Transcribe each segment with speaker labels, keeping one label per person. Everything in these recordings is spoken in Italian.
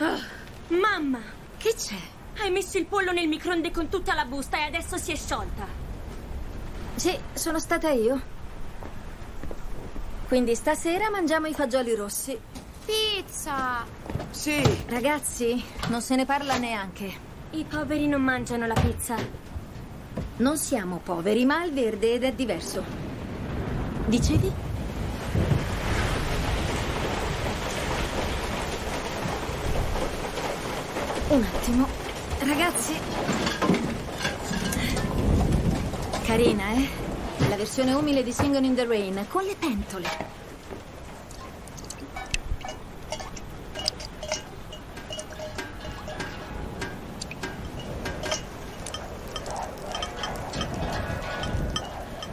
Speaker 1: Oh, mamma,
Speaker 2: Che c'è?
Speaker 1: hai messo il pollo nel microonde con tutta la busta e adesso si è sciolta.
Speaker 2: Sì, sono stata io. Quindi stasera mangiamo i fagioli rossi.
Speaker 3: Pizza!
Speaker 4: Sì,
Speaker 2: Ragazzi, non se ne parla neanche.
Speaker 1: I poveri non mangiano la pizza.
Speaker 2: Non siamo poveri, ma al verde ed è diverso. Dicevi? Un attimo. Ragazzi. Carina, eh? La versione umile di Singing in the Rain con le pentole.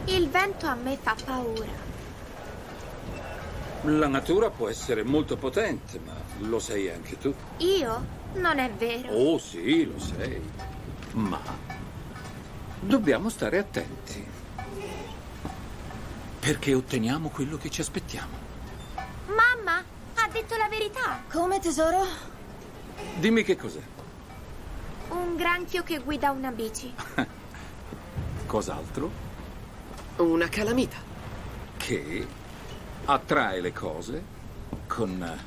Speaker 3: Il vento a me fa paura.
Speaker 5: La natura può essere molto potente, ma lo sei anche tu.
Speaker 3: Io? Non è vero.
Speaker 5: Oh sì, lo sei. Ma dobbiamo stare attenti. Perché otteniamo quello che ci aspettiamo.
Speaker 3: Mamma ha detto la verità.
Speaker 2: Come tesoro?
Speaker 5: Dimmi che cos'è.
Speaker 3: Un granchio che guida una bici.
Speaker 5: Cos'altro
Speaker 4: una calamita.
Speaker 5: che attrae le cose con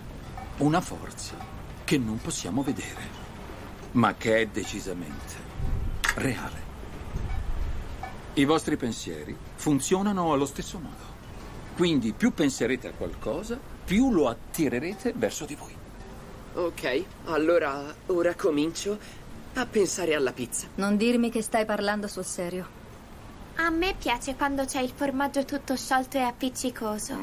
Speaker 5: una forza che non possiamo vedere, ma che è decisamente reale. I vostri pensieri funzionano allo stesso modo. Quindi più penserete a qualcosa, più lo attirerete verso di voi.
Speaker 4: Ok, allora ora comincio a pensare alla pizza.
Speaker 2: Non dirmi che stai parlando sul serio.
Speaker 3: A me piace quando c'è il formaggio tutto sciolto e appiccicoso.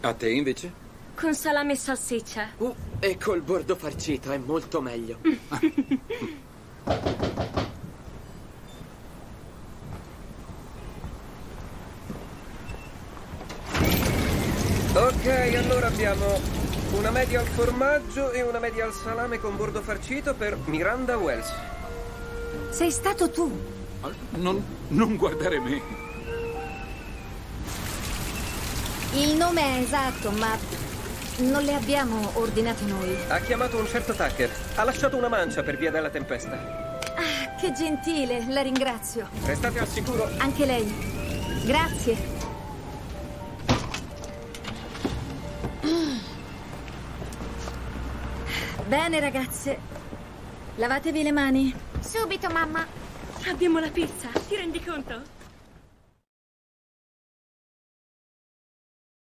Speaker 5: A te invece?
Speaker 1: Con salame e salsiccia.
Speaker 4: Uh, e col bordo farcito è molto meglio.
Speaker 6: Ok, allora abbiamo una media al formaggio e una media al salame con bordo farcito per Miranda Wells.
Speaker 2: Sei stato tu.
Speaker 5: Non, non guardare me.
Speaker 2: Il nome è esatto, ma non le abbiamo ordinate noi.
Speaker 6: Ha chiamato un certo Tucker. Ha lasciato una mancia per via della tempesta.
Speaker 2: Ah, che gentile, la ringrazio.
Speaker 6: Restate al sicuro.
Speaker 2: Anche lei. Grazie. Bene ragazze, lavatevi le mani.
Speaker 3: Subito, mamma.
Speaker 1: Abbiamo la pizza, ti rendi conto?